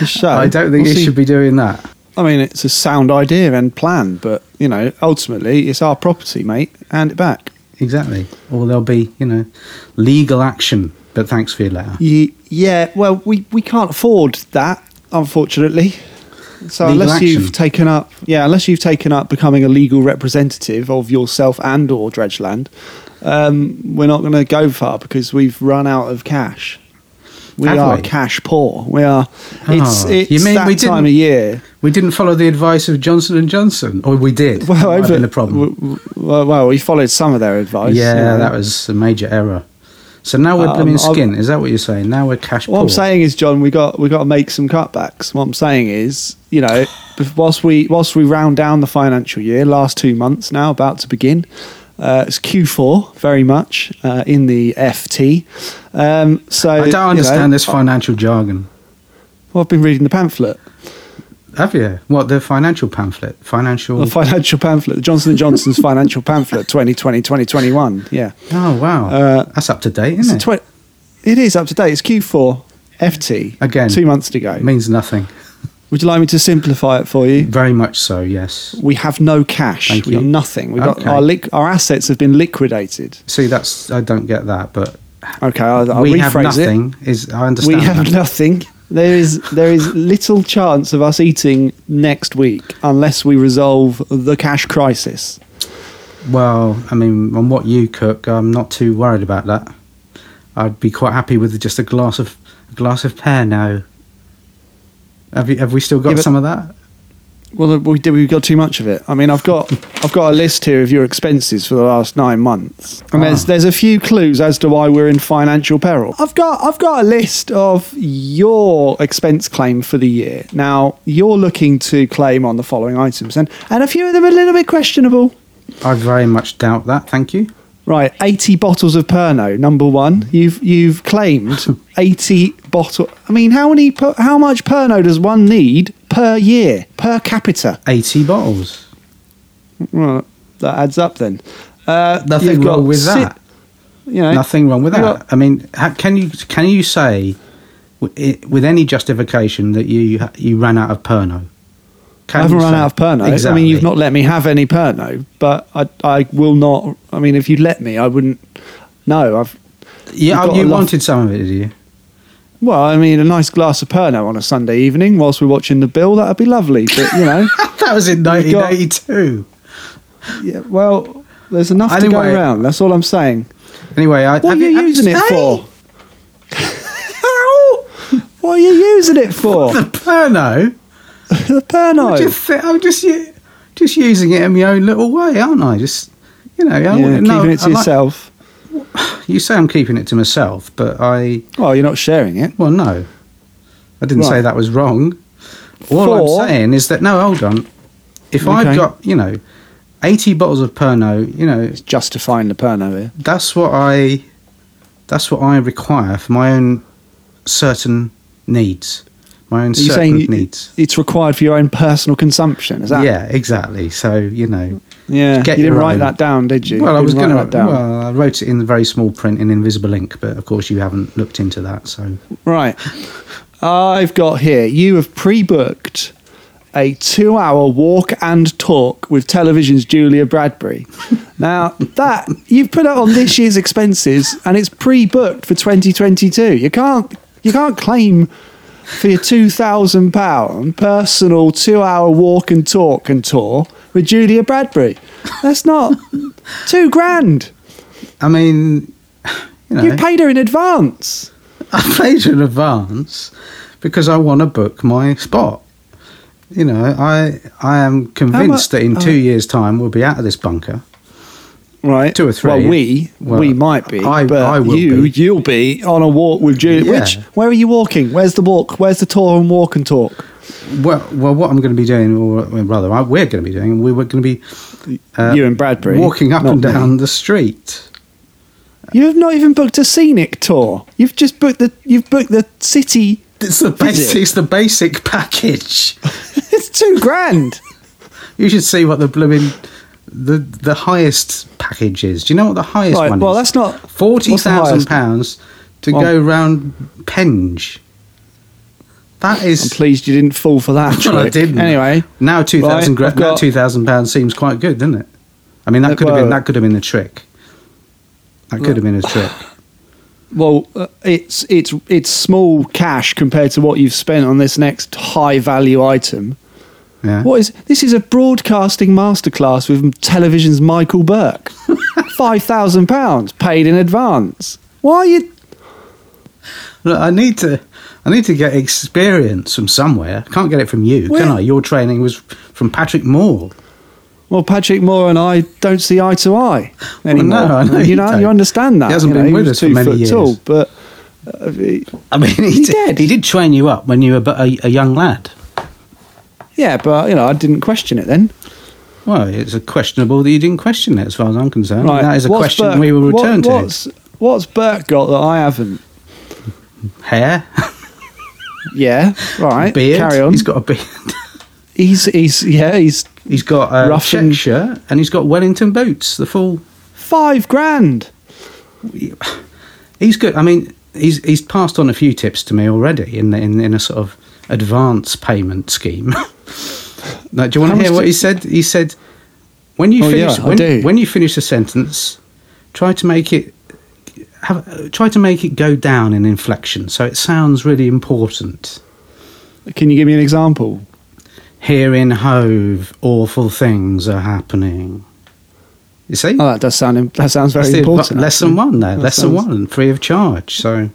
Speaker 1: the show.
Speaker 2: I don't think
Speaker 1: What's
Speaker 2: you
Speaker 1: he-
Speaker 2: should be doing that.
Speaker 1: I mean, it's a sound idea and plan, but you know, ultimately, it's our property, mate. Hand it back.
Speaker 2: Exactly, or there'll be you know legal action. But thanks for your letter.
Speaker 1: Ye- yeah, well, we we can't afford that, unfortunately. So
Speaker 2: Legal
Speaker 1: unless you've
Speaker 2: action.
Speaker 1: taken up, yeah, unless you've taken up becoming a legal representative of yourself and or Dredgeland, um, we're not going to go far because we've run out of cash. We
Speaker 2: Have
Speaker 1: are
Speaker 2: we?
Speaker 1: cash poor. We are. It's
Speaker 2: Oh,
Speaker 1: it's
Speaker 2: you mean
Speaker 1: that
Speaker 2: we
Speaker 1: time
Speaker 2: didn't-
Speaker 1: of year. <laughs>
Speaker 2: We didn't follow the advice of Johnson and Johnson, or we did. That
Speaker 1: Well,
Speaker 2: might have
Speaker 1: over,
Speaker 2: been the problem.
Speaker 1: w- w- Well, well, we followed some of their advice.
Speaker 2: yeah, that was a major error. So now we're
Speaker 1: Um,
Speaker 2: blooming
Speaker 1: I'll-
Speaker 2: skin. Is that what you're saying? Now we're cash
Speaker 1: What
Speaker 2: poor.
Speaker 1: I'm saying is, John, we got we got to make some cutbacks. What I'm saying is, you know, <sighs> bef- whilst we whilst we round down the financial year, last two months now about to begin, uh, it's Q4 very much uh, in the FT. Um, so
Speaker 2: I
Speaker 1: you
Speaker 2: don't
Speaker 1: know,
Speaker 2: understand this financial jargon.
Speaker 1: Well, I've been reading the pamphlet,
Speaker 2: Have you? What the financial pamphlet? Financial.
Speaker 1: the financial pamphlet, the Johnson and
Speaker 2: <laughs>
Speaker 1: Johnson's financial pamphlet, 2020 2021. Yeah,
Speaker 2: oh wow,
Speaker 1: Uh,
Speaker 2: that's up to date,
Speaker 1: it's
Speaker 2: isn't
Speaker 1: a
Speaker 2: it?
Speaker 1: twen- it is up to date. It's Q4 FT
Speaker 2: Again,
Speaker 1: two months to go.
Speaker 2: Means nothing.
Speaker 1: Would you like me to simplify it for you?
Speaker 2: Very much so, yes.
Speaker 1: We have no cash.
Speaker 2: Thank
Speaker 1: we have
Speaker 2: you.
Speaker 1: nothing. We've got
Speaker 2: Okay.
Speaker 1: our liq- our assets have been liquidated.
Speaker 2: See, that's I don't get that, but
Speaker 1: Okay, I'll, I'll
Speaker 2: we
Speaker 1: rephrase
Speaker 2: have
Speaker 1: it.
Speaker 2: nothing. Is I understand.
Speaker 1: we have
Speaker 2: that.
Speaker 1: nothing. There is there is little chance of us eating next week unless we resolve the cash crisis.
Speaker 2: Well, I mean, on what you cook, I'm not too worried about that. I'd be quite happy with just a glass of a glass of pear now. Have, you, have we still got
Speaker 1: Yeah, but-
Speaker 2: some of that?
Speaker 1: Well, we did. We've got too much of it. I mean, I've <laughs> got I've got a list here of your expenses for the last nine months, and there's
Speaker 2: Ah.
Speaker 1: there's a few clues as to why we're in financial peril. I've got I've got a list of your expense claim for the year. Now you're looking to claim on the following items, and and a few of them are a little bit questionable.
Speaker 2: I very much doubt that. Thank you.
Speaker 1: Right, eighty bottles of Pernod. Number one, you've you've <laughs> claimed eighty bottle. I mean, how many? per- How much Pernod does one need per year per capita?
Speaker 2: Eighty bottles.
Speaker 1: Well, that adds up then. Uh,
Speaker 2: Nothing
Speaker 1: you've got
Speaker 2: wrong with
Speaker 1: si-
Speaker 2: that.
Speaker 1: You know,
Speaker 2: Nothing wrong with
Speaker 1: you've
Speaker 2: that. I mean, ha- can you can you say wi- i- with any justification that you ha- you ran out of Perno?
Speaker 1: I
Speaker 2: Can
Speaker 1: haven't
Speaker 2: you
Speaker 1: run
Speaker 2: say-
Speaker 1: out of Pernod. I
Speaker 2: Exactly.
Speaker 1: mean, you've not let me have any Pernod, but I I will not. I mean, if you let me, I wouldn't. No, I've.
Speaker 2: Yeah,
Speaker 1: you've
Speaker 2: oh,
Speaker 1: got a
Speaker 2: you
Speaker 1: lot-
Speaker 2: wanted some of it, did you? <laughs>
Speaker 1: Well, I mean, a nice glass of Pernod on a Sunday evening whilst we're watching the bill, that'd be lovely. But you know, <laughs>
Speaker 2: That was in
Speaker 1: You've got-
Speaker 2: 1982.
Speaker 1: yeah, well, there's enough to go
Speaker 2: Anyway.
Speaker 1: around. That's all I'm saying.
Speaker 2: Anyway, I,
Speaker 1: What
Speaker 2: have
Speaker 1: are you,
Speaker 2: have
Speaker 1: using it
Speaker 2: Hey!
Speaker 1: for? <laughs> Ow! What are you using it
Speaker 2: <laughs>
Speaker 1: for?
Speaker 2: The Perno.
Speaker 1: the Pernod.
Speaker 2: Just thi- I'm just u- just using it in my own little way, aren't I? Just you know, I
Speaker 1: yeah,
Speaker 2: wouldn't- no,
Speaker 1: keeping it to
Speaker 2: I like-
Speaker 1: yourself.
Speaker 2: you say I'm keeping it to myself, but I
Speaker 1: Well, you're not sharing it.
Speaker 2: well no, I didn't say
Speaker 1: Right.
Speaker 2: that was wrong. All
Speaker 1: For-
Speaker 2: I'm saying is that no, hold on. If
Speaker 1: Okay.
Speaker 2: I've got you know, eighty bottles of Perno, you know,
Speaker 1: Justifying the Pernod here.
Speaker 2: that's what I that's what I require for my own certain needs, my own
Speaker 1: You're
Speaker 2: certain
Speaker 1: saying you-
Speaker 2: needs.
Speaker 1: it's required for your own personal consumption. Is that?
Speaker 2: yeah, exactly. So you know,
Speaker 1: Yeah.
Speaker 2: Get
Speaker 1: you didn't
Speaker 2: your
Speaker 1: write
Speaker 2: own.
Speaker 1: that down, did you?
Speaker 2: well, I
Speaker 1: You
Speaker 2: was
Speaker 1: didn't
Speaker 2: going
Speaker 1: write
Speaker 2: to.
Speaker 1: that down.
Speaker 2: Well, I wrote it in very small print in invisible ink, but of course you haven't looked into that. So
Speaker 1: Right. I've got here. You have pre-booked a two-hour walk and talk with television's Julia
Speaker 2: <laughs>
Speaker 1: Bradbury. Now that you've put out on this year's expenses, and it's pre-booked for 2022. You can't you can't claim for your two thousand pound personal two-hour walk and talk and tour with Julia Bradbury. That's
Speaker 2: <laughs>
Speaker 1: not two grand.
Speaker 2: I mean, <sighs> you know,
Speaker 1: You paid her in advance.
Speaker 2: I paid in advance because I want to book my spot. You know, I I am convinced
Speaker 1: Oh,
Speaker 2: that in two
Speaker 1: uh,
Speaker 2: years' time we'll be out of this bunker.
Speaker 1: right?
Speaker 2: Two or three.
Speaker 1: Well, we
Speaker 2: Well,
Speaker 1: we might be,
Speaker 2: I-
Speaker 1: but
Speaker 2: I will
Speaker 1: you
Speaker 2: be.
Speaker 1: you'll be on a walk with Julie.
Speaker 2: Yeah.
Speaker 1: Which where are you walking? Where's the walk? Where's the tour and walk and talk?
Speaker 2: Well, well, what I'm going to be doing, or well, rather, I- we're going to be doing, we were going to be uh,
Speaker 1: you and Bradbury
Speaker 2: walking up
Speaker 1: not
Speaker 2: and
Speaker 1: me.
Speaker 2: down the street.
Speaker 1: You have not even booked a scenic tour. You've just booked the you've booked the city. <laughs>
Speaker 2: It's the
Speaker 1: Is
Speaker 2: basic.
Speaker 1: it?
Speaker 2: It's the basic package.
Speaker 1: It's two grand.
Speaker 2: You should see what the blooming the the highest package is. Do you know what the highest
Speaker 1: Right,
Speaker 2: one
Speaker 1: well,
Speaker 2: is?
Speaker 1: that's not- what's the
Speaker 2: forty thousand
Speaker 1: highest?
Speaker 2: pounds to
Speaker 1: Well-
Speaker 2: go round Penge. That
Speaker 1: I'm
Speaker 2: is.
Speaker 1: pleased you didn't fall for that.
Speaker 2: <laughs> Well, I
Speaker 1: trick.
Speaker 2: didn't.
Speaker 1: Anyway,
Speaker 2: now two thousand
Speaker 1: right, I've
Speaker 2: now
Speaker 1: got-
Speaker 2: two thousand pounds seems quite good, doesn't it? I mean, that
Speaker 1: Uh,
Speaker 2: could have been
Speaker 1: well-
Speaker 2: that could have been the trick. That could have been a trick.
Speaker 1: well, uh, it's it's it's small cash compared to what you've spent on this next high value item.
Speaker 2: Yeah.
Speaker 1: What is this? Is a broadcasting masterclass with television's Michael
Speaker 2: <laughs>
Speaker 1: Burke. Five thousand pounds paid in advance. Why are you?
Speaker 2: Look, I need to, I need to get experience from somewhere. I can't get it from you,
Speaker 1: Where-
Speaker 2: can I? Your training was from Patrick Moore.
Speaker 1: Well, Patrick Moore and I don't see eye to eye anymore.
Speaker 2: no, I know
Speaker 1: you
Speaker 2: you
Speaker 1: know,
Speaker 2: don't.
Speaker 1: you understand that.
Speaker 2: He hasn't
Speaker 1: you know,
Speaker 2: been with
Speaker 1: was
Speaker 2: us for
Speaker 1: two
Speaker 2: many
Speaker 1: foot
Speaker 2: years.
Speaker 1: Tall, but uh, he-
Speaker 2: I mean, <laughs> he, did,
Speaker 1: did.
Speaker 2: He did train you up when you were but a, a young lad.
Speaker 1: yeah, but you know, I didn't question it then.
Speaker 2: Well, it's a questionable that you didn't question it, as far as I'm concerned.
Speaker 1: Right,
Speaker 2: That is a
Speaker 1: what's
Speaker 2: question
Speaker 1: Burke-
Speaker 2: we will
Speaker 1: what-
Speaker 2: return
Speaker 1: What's, what's Burke got that I haven't?
Speaker 2: to. Hair,
Speaker 1: Yeah, right.
Speaker 2: beard.
Speaker 1: Carry on.
Speaker 2: He's got a beard.
Speaker 1: he's he's yeah he's
Speaker 2: <laughs> he's got a
Speaker 1: Rough
Speaker 2: Rough check
Speaker 1: and-
Speaker 2: shirt, and he's got Wellington boots. The full.
Speaker 1: five grand.
Speaker 2: He's good. I mean, he's he's passed on a few tips to me already in in in a sort of advance payment scheme. <laughs> now, do you want
Speaker 1: How
Speaker 2: to
Speaker 1: much
Speaker 2: hear what
Speaker 1: do-
Speaker 2: he said? He said, "When you
Speaker 1: Oh,
Speaker 2: finish,
Speaker 1: yeah, I do.
Speaker 2: when, when you finish a sentence, try to make it." Have, try to make it go down in inflection so it sounds really important.
Speaker 1: Can you give me an example?
Speaker 2: Here in Hove, awful things are happening. You see?
Speaker 1: Oh, that does sound. That sounds very
Speaker 2: That's the advi-
Speaker 1: important.
Speaker 2: lesson one there.
Speaker 1: That
Speaker 2: lesson
Speaker 1: sounds-
Speaker 2: one, free of charge. So,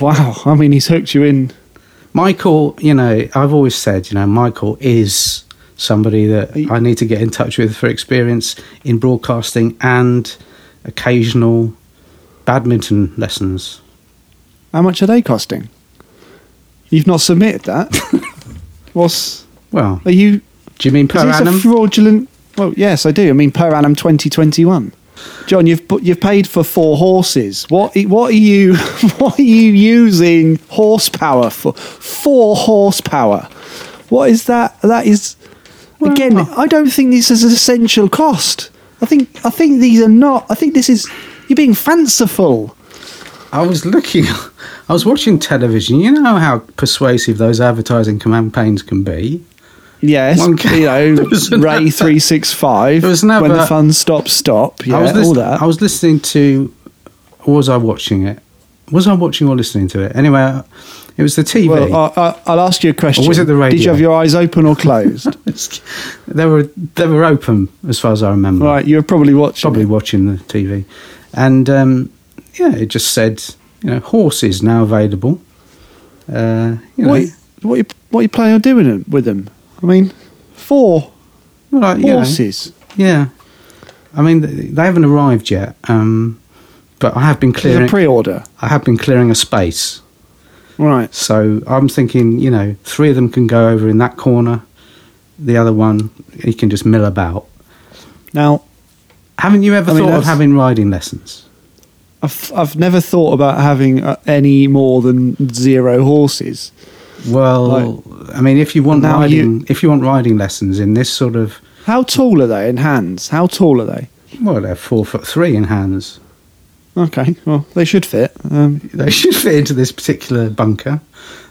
Speaker 1: Wow. I mean, he's hooked you in.
Speaker 2: Michael, you know, I've always said, you know, Michael is somebody that
Speaker 1: He-
Speaker 2: I need to get in touch with for experience in broadcasting and occasional badminton lessons.
Speaker 1: How much are they costing? You've not submitted
Speaker 2: <laughs>
Speaker 1: that. What's
Speaker 2: Well,
Speaker 1: are you?
Speaker 2: do you mean
Speaker 1: is
Speaker 2: per
Speaker 1: this
Speaker 2: annum?
Speaker 1: a fraudulent? Well, yes, I do. I mean, per annum, twenty twenty one. John, you've put, you've paid for four horses. What i- what are you <laughs> what are you using horsepower for? Four horsepower. What is that? That is again. I don't think this is an essential cost. I think I think these are not. I think this is you're being fanciful.
Speaker 2: I was looking, <laughs> I was watching television. You know how persuasive those advertising campaigns can be.
Speaker 1: Yes,
Speaker 2: One can- <laughs>
Speaker 1: you know,
Speaker 2: there was an
Speaker 1: Ray
Speaker 2: advert-
Speaker 1: three six five.
Speaker 2: there was an
Speaker 1: When the
Speaker 2: advert-
Speaker 1: fun stops, stop. Yeah,
Speaker 2: I was
Speaker 1: all
Speaker 2: listen-
Speaker 1: that.
Speaker 2: I was listening to, or was I watching it? Was I watching or listening to it? Anyway, it was the TV.
Speaker 1: well, I, I, I'll ask you a question.
Speaker 2: Or was it the
Speaker 1: Did you
Speaker 2: radio?
Speaker 1: have your eyes open or
Speaker 2: <laughs>
Speaker 1: closed?
Speaker 2: <laughs> they were they were open as far as I remember.
Speaker 1: right, you were probably watching.
Speaker 2: probably
Speaker 1: it.
Speaker 2: watching the TV, and um, yeah, it just said you know horses now available. Uh, you know,
Speaker 1: What, what you what you planning on doing them- with them? I mean, four
Speaker 2: well, like, you know,
Speaker 1: horses.
Speaker 2: yeah, I mean th- they haven't arrived yet, um, but I have been
Speaker 1: There's a
Speaker 2: clearing.
Speaker 1: pre-order.
Speaker 2: I have been clearing a space.
Speaker 1: Right.
Speaker 2: So I'm thinking, you know, three of them can go over in that corner. The other one, he can just mill about.
Speaker 1: Now,
Speaker 2: Haven't you ever
Speaker 1: I mean,
Speaker 2: thought of
Speaker 1: that's-
Speaker 2: having riding lessons?
Speaker 1: I've I've never thought about having uh, any more than zero horses.
Speaker 2: Well, I mean, if you want
Speaker 1: Now you-
Speaker 2: riding, if you want riding lessons in this sort of,
Speaker 1: How tall are they in hands? How tall are they?
Speaker 2: well, they're four foot three in hands.
Speaker 1: Okay, well, they should fit. Um,
Speaker 2: They <laughs> should fit into this particular bunker.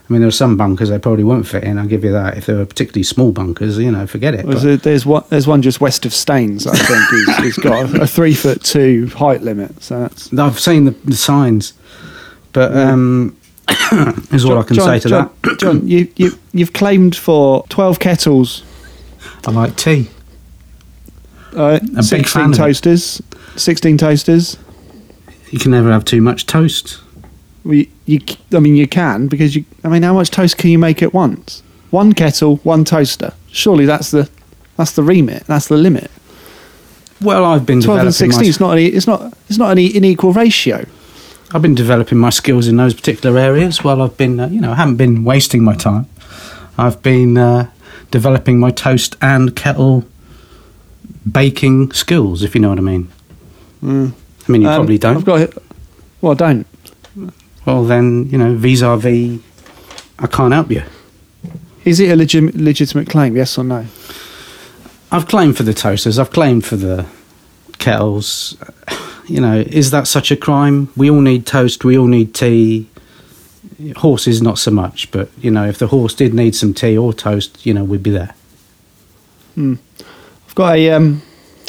Speaker 2: I mean, there are some bunkers they probably won't fit in. I'll give you that. If they were particularly small bunkers, you know, forget it.
Speaker 1: There's,
Speaker 2: But-
Speaker 1: a, there's one. There's one just west of Staines. I think he's, he's got a, a three foot two height limit. So that's
Speaker 2: I've seen the, the signs, but um, <coughs> is all I can say to
Speaker 1: John, <clears throat>
Speaker 2: that.
Speaker 1: John, you you you've claimed for twelve kettles,
Speaker 2: I like tea.
Speaker 1: uh,
Speaker 2: big fan
Speaker 1: sixteen
Speaker 2: of it.
Speaker 1: toasters, sixteen toasters.
Speaker 2: You can never have too much toast.
Speaker 1: We you, c- I mean, you can because you. I mean, how much toast can you make at once? One kettle, one toaster. Surely that's the that's the remit. That's the limit.
Speaker 2: Well, I've been
Speaker 1: Twelve and
Speaker 2: developing my-
Speaker 1: sixteen. It's not. Any, it's not. It's not any unequal ratio.
Speaker 2: I've been developing my skills in those particular areas while I've been, uh, you know, I haven't been wasting my time. I've been uh, developing my toast and kettle baking skills, if you know what I mean. I mean, you
Speaker 1: Um,
Speaker 2: probably don't.
Speaker 1: I've got. it. Well, I don't.
Speaker 2: well, then, you know, vis a vis, I can't help you.
Speaker 1: Is it a legit, legitimate claim? Yes or no?
Speaker 2: I've claimed for the toasters, I've claimed for the kettles. You know, is that such a crime? We all need toast, we all need tea. Horses, not so much, but you know, if the horse did need some tea or toast, you know, we'd be there.
Speaker 1: I've got a um,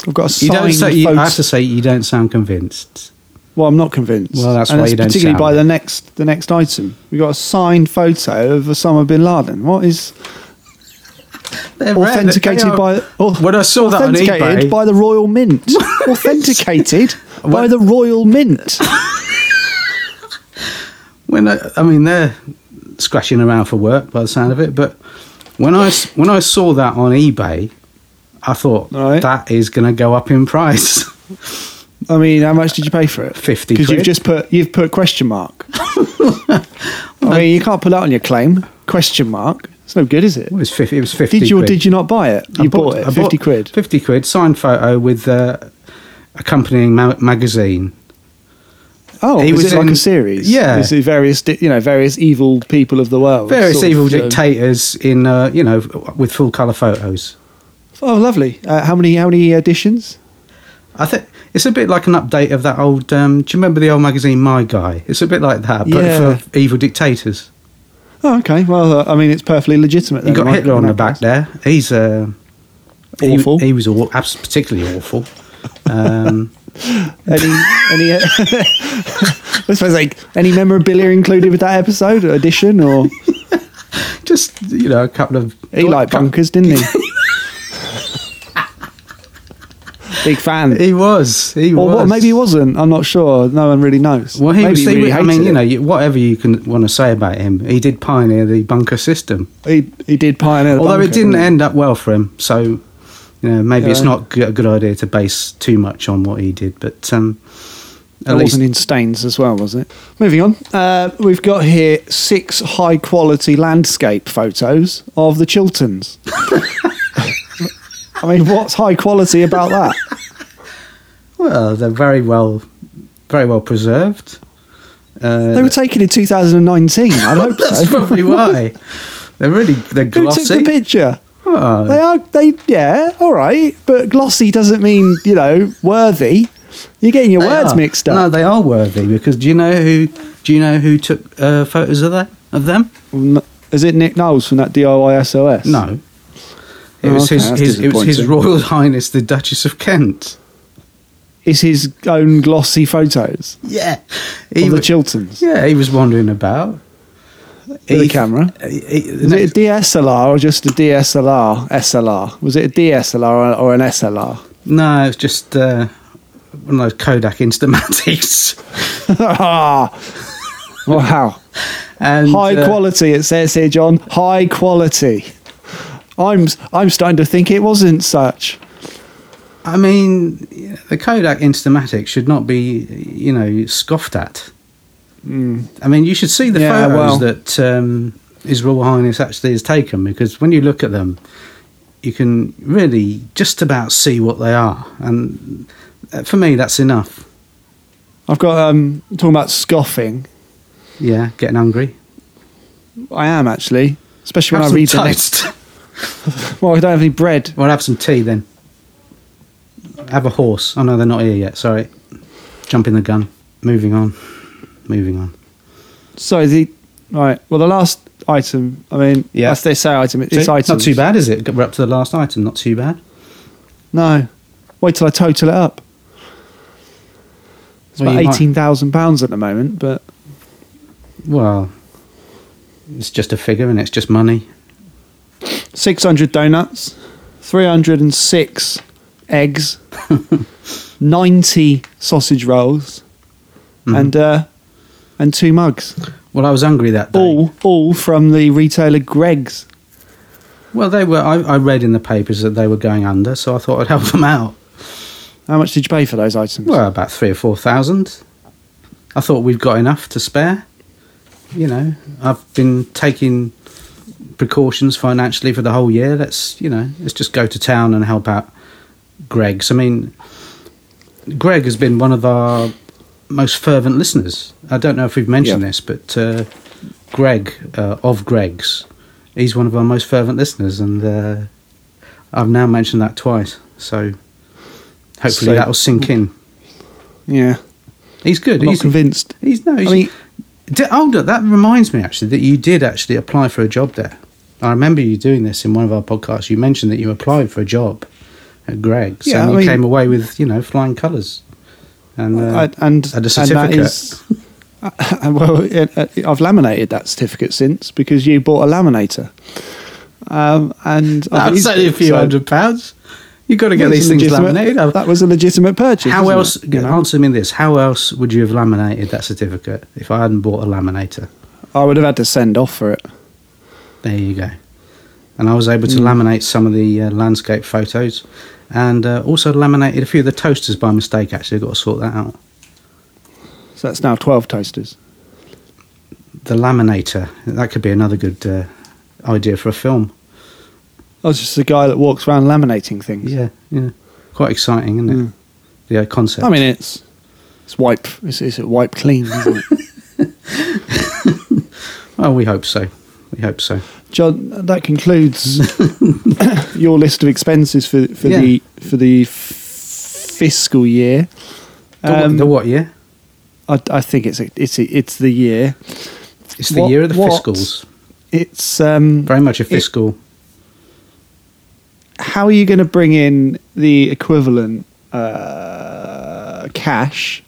Speaker 1: I've got a
Speaker 2: You don't
Speaker 1: signed
Speaker 2: say, you,
Speaker 1: photo.
Speaker 2: I have to say, you don't sound convinced.
Speaker 1: well, I'm not convinced.
Speaker 2: Well, that's
Speaker 1: and
Speaker 2: why you don't
Speaker 1: Particularly
Speaker 2: shout.
Speaker 1: by the next the next item, we got a signed photo of Osama bin Laden. What is
Speaker 2: They're rare, they- they
Speaker 1: authenticated
Speaker 2: are-
Speaker 1: by? oh,
Speaker 2: when I saw that on
Speaker 1: authenticated
Speaker 2: eBay,
Speaker 1: by the Royal
Speaker 2: <laughs>
Speaker 1: Mint. authenticated by the Royal Mint.
Speaker 2: when I, I mean they're scratching around for work by the sound of it, but when I s- when I saw that on eBay, I thought
Speaker 1: Right.
Speaker 2: that is going to go up in price. <laughs>
Speaker 1: I mean, how much did you pay for it?
Speaker 2: 50
Speaker 1: Because you've
Speaker 2: quid.
Speaker 1: just put you've put question
Speaker 2: <laughs>
Speaker 1: mark. I mean, you can't put that on your claim. Question mark. It's no good, is it?
Speaker 2: It was fifty. It was fifty.
Speaker 1: Did you or
Speaker 2: quid.
Speaker 1: did you not buy it? You
Speaker 2: I
Speaker 1: bought, it.
Speaker 2: I
Speaker 1: Fifty
Speaker 2: bought
Speaker 1: quid.
Speaker 2: Fifty quid. Signed photo with uh, accompanying ma- magazine.
Speaker 1: Oh,
Speaker 2: He
Speaker 1: is
Speaker 2: was
Speaker 1: it like
Speaker 2: in-
Speaker 1: a series?
Speaker 2: Yeah.
Speaker 1: is it various di- you know various evil people of the world?
Speaker 2: Various
Speaker 1: sort of, um,
Speaker 2: evil
Speaker 1: you know.
Speaker 2: dictators in uh, you know with full color photos.
Speaker 1: Oh, lovely. Uh, how many how many editions?
Speaker 2: I think it's a bit like an update of that old. Um, do you remember the old magazine My Guy? It's a bit like that, but
Speaker 1: Yeah.
Speaker 2: for evil dictators.
Speaker 1: Oh, okay. Well, uh, I mean, it's perfectly legitimate. then,
Speaker 2: You got
Speaker 1: right?
Speaker 2: Hitler on
Speaker 1: In
Speaker 2: the
Speaker 1: that
Speaker 2: back
Speaker 1: case.
Speaker 2: there. He's uh, he-
Speaker 1: Awful.
Speaker 2: He, was aw- abs- particularly
Speaker 1: <laughs>
Speaker 2: awful. Um,
Speaker 1: Any, any, uh, <laughs> this was like any memorabilia included with that episode or edition or
Speaker 2: just you know, a couple of
Speaker 1: he liked
Speaker 2: couple-
Speaker 1: bunkers, didn't
Speaker 2: <laughs>
Speaker 1: he? Big fan.
Speaker 2: He was. He
Speaker 1: or
Speaker 2: was.
Speaker 1: what? Maybe he wasn't. I'm not sure. No one really knows.
Speaker 2: Well, he
Speaker 1: maybe
Speaker 2: was.
Speaker 1: he
Speaker 2: he
Speaker 1: really
Speaker 2: was- I mean,
Speaker 1: hated
Speaker 2: you
Speaker 1: it.
Speaker 2: know, you, whatever you can want to say about him, he did pioneer the bunker system.
Speaker 1: he he did pioneer. the
Speaker 2: Although
Speaker 1: bunker,
Speaker 2: it didn't
Speaker 1: he?
Speaker 2: end up well for him, so you know, maybe it's
Speaker 1: Yeah.
Speaker 2: not g- a good idea to base too much on what he did. But um,
Speaker 1: It
Speaker 2: at least
Speaker 1: wasn't in stains as well, was it? Moving on, uh, we've got here six high quality landscape photos of the Chilterns. <laughs> I mean, what's high quality about that?
Speaker 2: well, they're very well, very well preserved. Uh,
Speaker 1: They were taken in 2019. I'd hope
Speaker 2: <laughs> That's
Speaker 1: so.
Speaker 2: probably why. They're really they're
Speaker 1: Who took the
Speaker 2: glossy.
Speaker 1: picture?
Speaker 2: Oh,
Speaker 1: They are, they, yeah, all right, but glossy doesn't mean, you know, worthy. You're getting your
Speaker 2: they
Speaker 1: words
Speaker 2: are.
Speaker 1: mixed up.
Speaker 2: No, they are worthy because do you know who? Do you know who took uh, photos of that of them?
Speaker 1: N- Is it Nick Knowles from that DIY SOS?
Speaker 2: No. It
Speaker 1: Oh,
Speaker 2: was
Speaker 1: okay,
Speaker 2: his,
Speaker 1: that's
Speaker 2: his it was his
Speaker 1: disappointing.
Speaker 2: Royal <laughs> Highness the Duchess of Kent.
Speaker 1: It's his own glossy photos
Speaker 2: Yeah.
Speaker 1: of
Speaker 2: He
Speaker 1: the
Speaker 2: was,
Speaker 1: Chilterns.
Speaker 2: yeah, he was wandering about.
Speaker 1: With a camera?
Speaker 2: He- he-
Speaker 1: Was it a DSLR or just a DSLR? SLR? Was it a DSLR or- or an SLR?
Speaker 2: no, it's just uh, one of those Kodak Instamatics.
Speaker 1: <laughs>
Speaker 2: <laughs>
Speaker 1: wow.
Speaker 2: And
Speaker 1: High
Speaker 2: uh,
Speaker 1: quality, it says here, John. High quality. I'm I'm starting to think it wasn't such.
Speaker 2: I mean, yeah, the Kodak Instamatic should not be, you know, scoffed at. I mean, you should see the
Speaker 1: Yeah,
Speaker 2: photos
Speaker 1: well-
Speaker 2: that um, His Royal Highness actually has taken because when you look at them, you can really just about see what they are. And uh, for me, that's enough.
Speaker 1: I've got um talking about scoffing.
Speaker 2: Yeah, getting hungry.
Speaker 1: I am actually, especially
Speaker 2: Have
Speaker 1: when I
Speaker 2: some
Speaker 1: read the next.
Speaker 2: toast.
Speaker 1: Well, I don't have any bread.
Speaker 2: <laughs> well, have some tea then. Have a horse. Oh no, they're not here yet. Sorry. Jumping the gun. Moving on. Moving on.
Speaker 1: So the right. Well, the last item. I mean,
Speaker 2: Yeah.
Speaker 1: as they say, item. It's
Speaker 2: See?
Speaker 1: items.
Speaker 2: Not too bad, is it? We're up to the last item. Not too bad.
Speaker 1: No. Wait till I total it up. It's
Speaker 2: Well,
Speaker 1: about
Speaker 2: you might-
Speaker 1: eighteen thousand pounds at the moment, but
Speaker 2: Well, it's just a figure and it's just money.
Speaker 1: six hundred donuts, three hundred and six eggs,
Speaker 2: <laughs>
Speaker 1: ninety sausage rolls,
Speaker 2: Mm-hmm.
Speaker 1: and uh, and two mugs.
Speaker 2: Well, I was hungry that day.
Speaker 1: All all from the retailer Greg's.
Speaker 2: Well, they were. I, I read in the papers that they were going under, so I thought I'd help them out.
Speaker 1: How much did you pay for those items?
Speaker 2: Well, about three or four thousand. I thought we've got enough to spare. You know, I've been taking precautions financially for the whole year. Let's, you know, let's just go to town and help out Greg's. I mean, Greg has been one of our most fervent listeners. I don't know if we've mentioned
Speaker 1: Yeah.
Speaker 2: this, but uh, Greg uh, of Greg's, he's one of our most fervent listeners, and uh, I've now mentioned that twice. So hopefully
Speaker 1: So-
Speaker 2: that'll sink in.
Speaker 1: yeah,
Speaker 2: He's good.
Speaker 1: I'm not
Speaker 2: he's,
Speaker 1: convinced.
Speaker 2: He's no. He's,
Speaker 1: I mean-
Speaker 2: D- oh, no, that reminds me actually that you did actually apply for a job there. I remember you doing this in one of our podcasts. You mentioned that you applied for a job at Greg's,
Speaker 1: Yeah,
Speaker 2: and
Speaker 1: I
Speaker 2: you
Speaker 1: mean-
Speaker 2: came away with you know flying colours. And, uh,
Speaker 1: I- and
Speaker 2: and a
Speaker 1: And that
Speaker 2: certificate.
Speaker 1: is, <laughs> uh, well, it, uh, I've laminated that certificate since because you bought a laminator. Um, and I've
Speaker 2: that's
Speaker 1: used
Speaker 2: only a
Speaker 1: it,
Speaker 2: few
Speaker 1: so-
Speaker 2: hundred pounds. You got to get
Speaker 1: Well,
Speaker 2: these
Speaker 1: it's a
Speaker 2: things
Speaker 1: legitimate-
Speaker 2: laminated.
Speaker 1: That was a legitimate purchase.
Speaker 2: How
Speaker 1: isn't
Speaker 2: else?
Speaker 1: it, you know?
Speaker 2: Answer me this: How else would you have laminated that certificate if I hadn't bought a laminator?
Speaker 1: I would have had to send off for it.
Speaker 2: There you go. And I was able to
Speaker 1: Mm.
Speaker 2: laminate some of the uh, landscape photos and uh, also laminated a few of the toasters by mistake, actually. I've got to sort that out.
Speaker 1: So that's now 12 toasters.
Speaker 2: The laminator, that could be another good uh, idea for a film.
Speaker 1: I was just the guy that walks around laminating things.
Speaker 2: Yeah, yeah. Quite exciting, isn't it? The uh, concept.
Speaker 1: Mm. I mean, it's it's wipe. It's, it's a wipe clean, isn't it?
Speaker 2: <laughs> well, we hope so. We hope so.
Speaker 1: John, that
Speaker 2: <laughs>
Speaker 1: concludes your list of expenses for, for
Speaker 2: Yeah.
Speaker 1: the for the f- fiscal year.
Speaker 2: The, wha-
Speaker 1: Um,
Speaker 2: the what year?
Speaker 1: I, I think it's a, it's a, it's the year.
Speaker 2: It's the
Speaker 1: what-
Speaker 2: year of the
Speaker 1: what-
Speaker 2: fiscals.
Speaker 1: it's um,
Speaker 2: Very much a fiscal.
Speaker 1: how are you going to bring in the equivalent uh, cash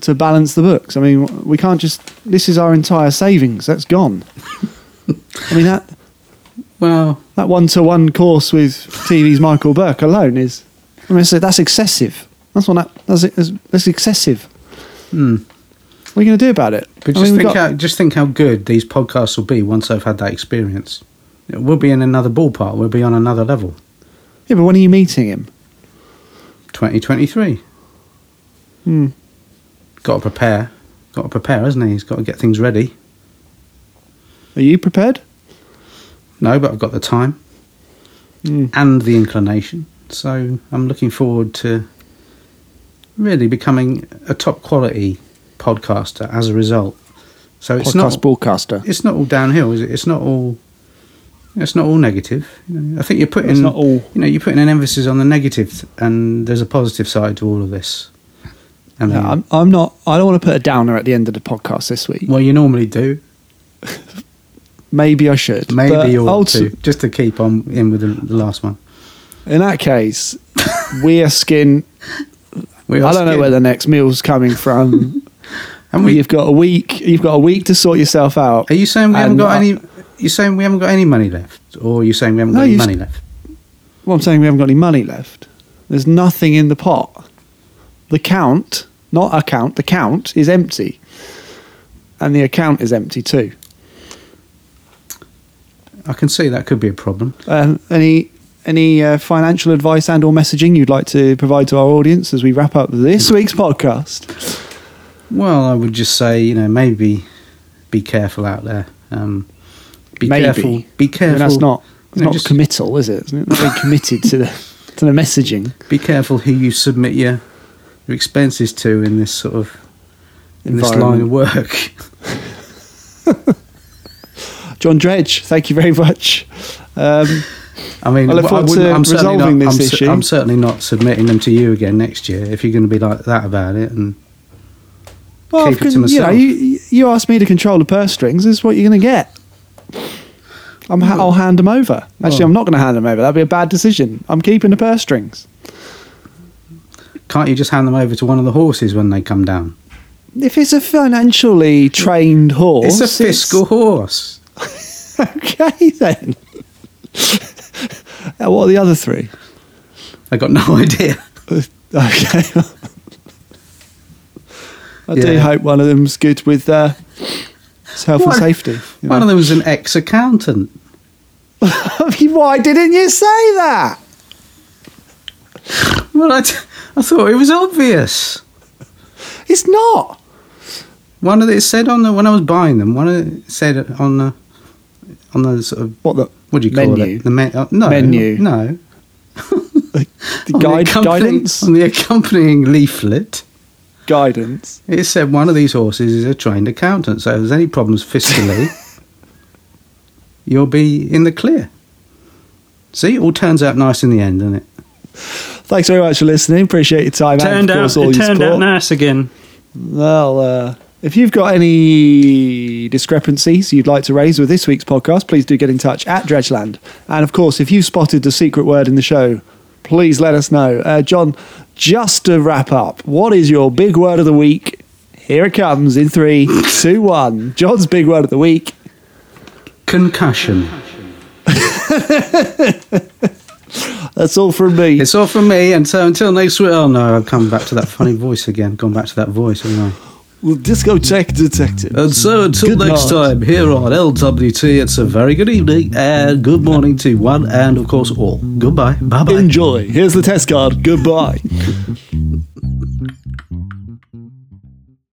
Speaker 1: to balance the books? I mean, we can't just. This is our entire savings. That's gone. I mean that
Speaker 2: well,
Speaker 1: that one to one course with TV's Michael Burke alone is. I mean, so that's excessive. That's what that, that's, that's that's excessive. What are you going to do about it?
Speaker 2: Hmm. But
Speaker 1: I
Speaker 2: just
Speaker 1: mean, we've
Speaker 2: think
Speaker 1: got-
Speaker 2: how just think how good these podcasts will be once I've had that experience. We'll be in another ballpark. We'll be on another level.
Speaker 1: yeah, but when are you meeting him?
Speaker 2: Twenty twenty three.
Speaker 1: Hmm.
Speaker 2: Got to prepare. Got to prepare, hasn't he? He's got to get things ready.
Speaker 1: Are you prepared?
Speaker 2: No, but I've got the time
Speaker 1: Hmm.
Speaker 2: and the inclination. So I'm looking forward to really becoming a top quality podcaster as a result. So it's
Speaker 4: Podcast
Speaker 2: not
Speaker 4: broadcaster.
Speaker 2: it's not all downhill, is it? It's not all. It's not all negative. You know, I think you're putting.
Speaker 1: It's not all.
Speaker 2: You know, you're putting an emphasis on the negative, and there's a positive side to all of this. And
Speaker 1: No, I'm, I'm not. I don't want to put a downer at the end of the podcast this week.
Speaker 2: well, you normally do.
Speaker 1: Maybe I should. but
Speaker 2: Maybe or
Speaker 1: ulti-
Speaker 2: two, just to keep on in with the, the last one.
Speaker 1: In that case, we are skin.
Speaker 2: <laughs> We
Speaker 1: I
Speaker 2: are
Speaker 1: don't know
Speaker 2: scared.
Speaker 1: where the next meal's coming from.
Speaker 2: <laughs> And we,
Speaker 1: you've got a week. You've got a week to sort yourself out.
Speaker 2: are you saying we haven't
Speaker 1: and
Speaker 2: got
Speaker 1: I-
Speaker 2: any? You're saying we haven't got any money left, or you're saying we haven't
Speaker 1: No,
Speaker 2: got any
Speaker 1: you s-
Speaker 2: money left?
Speaker 1: Well, I'm saying we haven't got any money left. There's nothing in the pot. The count, not account, the count is empty, and the account is empty too.
Speaker 2: I can see that could be a problem.
Speaker 1: Um, any any uh, financial advice and or messaging you'd like to provide to our audience as we wrap up this week's podcast?
Speaker 2: Well, I would just say, you know, maybe be careful out there. Um, be
Speaker 1: Maybe.
Speaker 2: careful. Be
Speaker 1: I
Speaker 2: careful.
Speaker 1: mean, that's not it's
Speaker 2: you know,
Speaker 1: not
Speaker 2: just
Speaker 1: committal, is it? It's not very committed to the to the messaging
Speaker 2: be careful who you submit your your expenses to in this sort of in this line of
Speaker 1: environment.
Speaker 2: work.
Speaker 1: John Dredge, thank you very much. Um,
Speaker 2: I mean,
Speaker 1: I look forward
Speaker 2: wouldn't-
Speaker 1: to
Speaker 2: certainly
Speaker 1: resolving
Speaker 2: not,
Speaker 1: this
Speaker 2: I'm, cer-
Speaker 1: issue.
Speaker 2: I'm certainly not submitting them to you again next year if you're going to be like that about it. And
Speaker 1: well,
Speaker 2: Keep it
Speaker 1: because,
Speaker 2: to
Speaker 1: you know,
Speaker 2: myself.
Speaker 1: you, you asked me to control the purse strings. This is what you're going to get. I'm ha- I'll hand them over. Actually,
Speaker 2: Well.
Speaker 1: I'm not going to hand them over. That'd be a bad decision. I'm keeping the purse strings.
Speaker 2: can't you just hand them over to one of the horses when they come down?
Speaker 1: If it's a financially trained horse,
Speaker 2: it's a fiscal horse.
Speaker 1: <laughs> Okay then. <laughs> Uh, what are the other three? <laughs>
Speaker 2: I got no <laughs> idea.
Speaker 1: Okay. I do
Speaker 2: Yeah.
Speaker 1: hope one of them's good with uh, his health
Speaker 2: One-
Speaker 1: and safety. you
Speaker 2: One
Speaker 1: know.
Speaker 2: of them was an ex-accountant.
Speaker 1: <laughs> I mean, Why didn't you say that?
Speaker 2: Well, I, t- I thought it was obvious.
Speaker 1: It's not.
Speaker 2: One of the, it said on the when I was buying them, one of the, it said on the on the sort of
Speaker 1: What the?
Speaker 2: what do you call
Speaker 1: Menu.
Speaker 2: it? The men, uh, no,
Speaker 1: Menu.
Speaker 2: no.
Speaker 1: The
Speaker 2: <laughs> On
Speaker 1: guide,
Speaker 2: accompanying-
Speaker 1: guidance?
Speaker 2: on the accompanying leaflet.
Speaker 1: Guidance.
Speaker 2: It said one of these horses is a trained accountant, so if there's any
Speaker 1: <laughs>
Speaker 2: problems fiscally, you'll be in the clear. See, it all turns out nice in the end, doesn't it?
Speaker 1: Thanks very much for listening. Appreciate your time. and of course, all your support.
Speaker 2: nice again.
Speaker 1: Well, uh, if you've got any discrepancies you'd like to raise with this week's podcast, please do get in touch at Dredgeland. And of course, if you spotted the secret word in the show, please let us know. Uh, John, just to wrap up, what is your big word of the week? Here it comes in three, two, one. John's big word of the week.
Speaker 2: Concussion.
Speaker 1: That's all from me.
Speaker 2: It's all from me, and so until next week. Oh no, I've come back to that funny voice again. Gone back to that voice, haven't I?
Speaker 1: Well, Disco Tech Detective.
Speaker 2: And so until
Speaker 1: Good
Speaker 2: next
Speaker 1: night.
Speaker 2: time here on LWT, it's a very good evening and good morning to one and of course all. Goodbye. Bye bye.
Speaker 1: Enjoy. Here's the test card. Goodbye.